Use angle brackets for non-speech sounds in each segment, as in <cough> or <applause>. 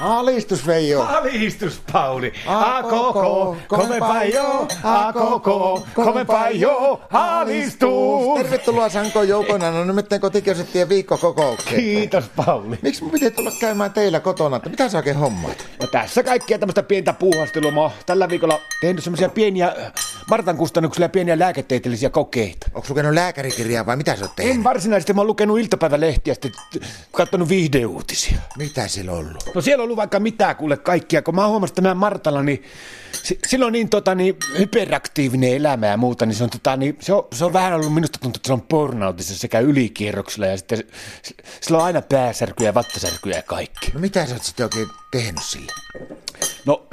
Alistus Veijo. Alistus, Pauli. A, A koko, come paio, a koko, come paio, alistus. Tervetuloa Sanko joukona, no nimittäin kotikäsittien viikkokokoukseen. Kiitos, Pauli. Miksi mun piti tulla käymään teillä kotona, että mitä sä oikein hommat? No, tässä kaikkea tämmöistä pientä puuhastelua. Mä oon tällä viikolla tehnyt semmoisia pieniä äh, Martan kustannuksella pieniä lääketieteellisiä kokeita. Onko lukenut lääkärikirjaa vai mitä sä oot tehnyt? En varsinaisesti, mä oon lukenut iltapäivälehtiä, sitten katsonut viihdeuutisia. Mitä sillä on ollut? No siellä on ollut vaikka mitä kuule kaikkia, kun mä huomasin, että mä Martalla, niin si- sillä on niin, tota, niin hyperaktiivinen elämä ja muuta, niin se on, tota, niin, se on, se on vähän ollut minusta tuntuu, että se on burnoutissa sekä ylikierroksella ja sitten s- sillä on aina pääsärkyjä ja vattasärkyjä ja kaikki. No mitä sä oot sitten oikein tehnyt sille? No,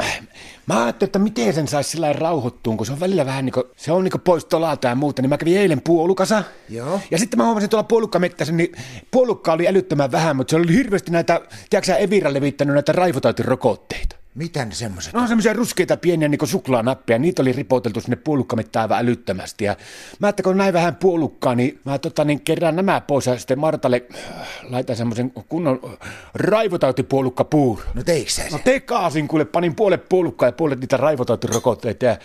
mä ajattelin, että miten sen saisi sillä lailla rauhoittuun, kun se on välillä vähän niin kuin, se on niin kuin pois tolalta ja muuta, niin mä kävin eilen puolukassa. Joo. Ja sitten mä huomasin tuolla puolukkamettässä, niin puolukka oli älyttömän vähän, mutta se oli hirveästi näitä, tiedätkö sä, Evira levittänyt näitä raivotautirokotteita. Mitä ne semmoset? No semmoisia ruskeita pieniä niin suklaanappeja, niitä oli ripoteltu sinne puolukkamittaan aivan älyttömästi. Ja mä ajattelin, kun näin vähän puolukkaa, niin mä tota, niin kerään nämä pois ja sitten Martalle äh, laitan semmoisen kunnon äh, raivotautipuolukkapuuro. No teikö sä No sen? tekaasin, kuule, panin puolet puolukkaa ja puolet niitä raivotautirokotteita ja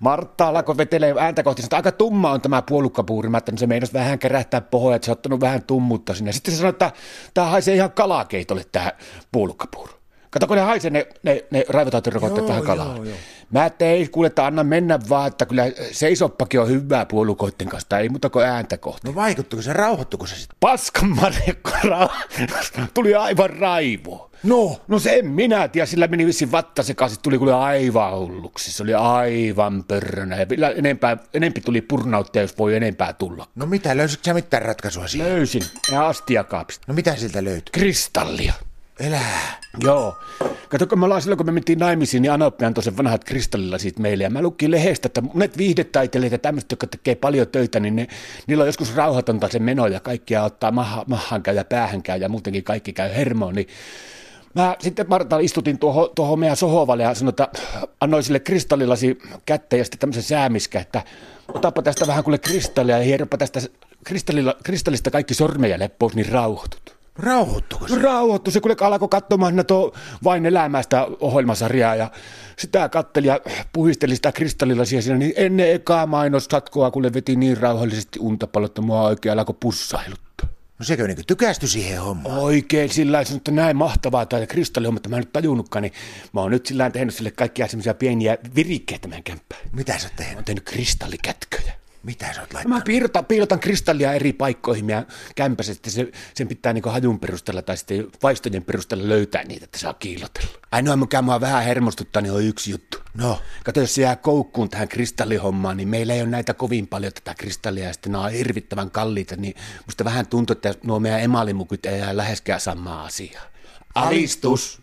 Martta alkoi vetelee ääntä kohti, sanoi, että aika tumma on tämä puolukkapuuri. Mä ajattelin, se meinas vähän kerähtää pohjaa, että se on ottanut vähän tummuutta sinne. Sitten se sanoi, että tämä haisee ihan kalakeitolle tämä puolukkapuuro. Kato, kun ne haisee ne, ne, ne raivotautirakotteet Joo, vähän kalaa. joo, joo. Mä että ei kuule, että anna mennä vaan, että kyllä seisoppakin on hyvää puolukoitten kanssa, ei muuta kuin ääntä kohti. No vaikuttuko se, rauhoittuko se sitten? Paskan marjakka ra- <laughs> tuli aivan raivo. No. No se en minä tiedä, sillä meni vissiin vatta sekaisin, tuli kuule aivan hulluksi, se oli aivan pörrönä ja vielä enempää, enempi tuli purnauttia, jos voi enempää tulla. No mitä, löysitkö sä mitään ratkaisua siihen? Löysin ja astiakaapista No mitä siltä löytyy? kristallia. Elää. Joo. Kato, kun me ollaan silloin, kun me mentiin naimisiin, niin Anoppi antoi sen vanhat kristallilasit meille. Ja mä lukin lehdestä, että monet viihdetaiteilijat ja tämmöiset, jotka tekee paljon töitä, niin ne, niillä on joskus rauhatonta se meno ja kaikkia ottaa maha, mahaan käy ja päähän käy ja muutenkin kaikki käy hermoon. Niin Mä sitten Marta istutin tuohon, tuohon meidän sohovalle ja sanoin, että annoin sille kristallilasi kättä ja sitten tämmöisen säämiskä, että otapa tästä vähän kuule kristallia ja hieropa tästä kristallilla- kristallista kaikki sormeja pois, niin rauhoitut. Rauhoittuko se? Rauhoittu, se kuule alkoi katsomaan siinä tuo vain elämästä ohjelmasarjaa ja sitä katteli ja puhisteli sitä kristallilasia siinä, niin ennen ekaa mainostatkoa, kun veti niin rauhallisesti unta paljon, että mua oikein alkoi pussailuttaa. No sekö niinku tykästy siihen hommaan? Oikein sillä lailla, sanoin, että näin mahtavaa tämä kristallihomma, että mä en nyt tajunnutkaan, niin mä oon nyt sillä lailla tehnyt sille kaikkia semmoisia pieniä virikkeitä meidän kämppään. Mä Mitä sä oot tehnyt? oon tehnyt kristallikätköjä. Mitä sä oot laittanut? Mä piirrotan, piilotan kristallia eri paikkoihin ja kämpässä, että se, sen pitää niin hajun perusteella tai sitten vaistojen perusteella löytää niitä, että saa kiilotella. Ainoa, mikä mua vähän hermostuttaa, niin on yksi juttu. No. Kato, jos se jää koukkuun tähän kristallihommaan, niin meillä ei ole näitä kovin paljon tätä kristallia, ja sitten nämä on hirvittävän kalliita, niin musta vähän tuntuu, että nuo meidän emalimukit ei jää läheskään samaa asiaa. Alistus!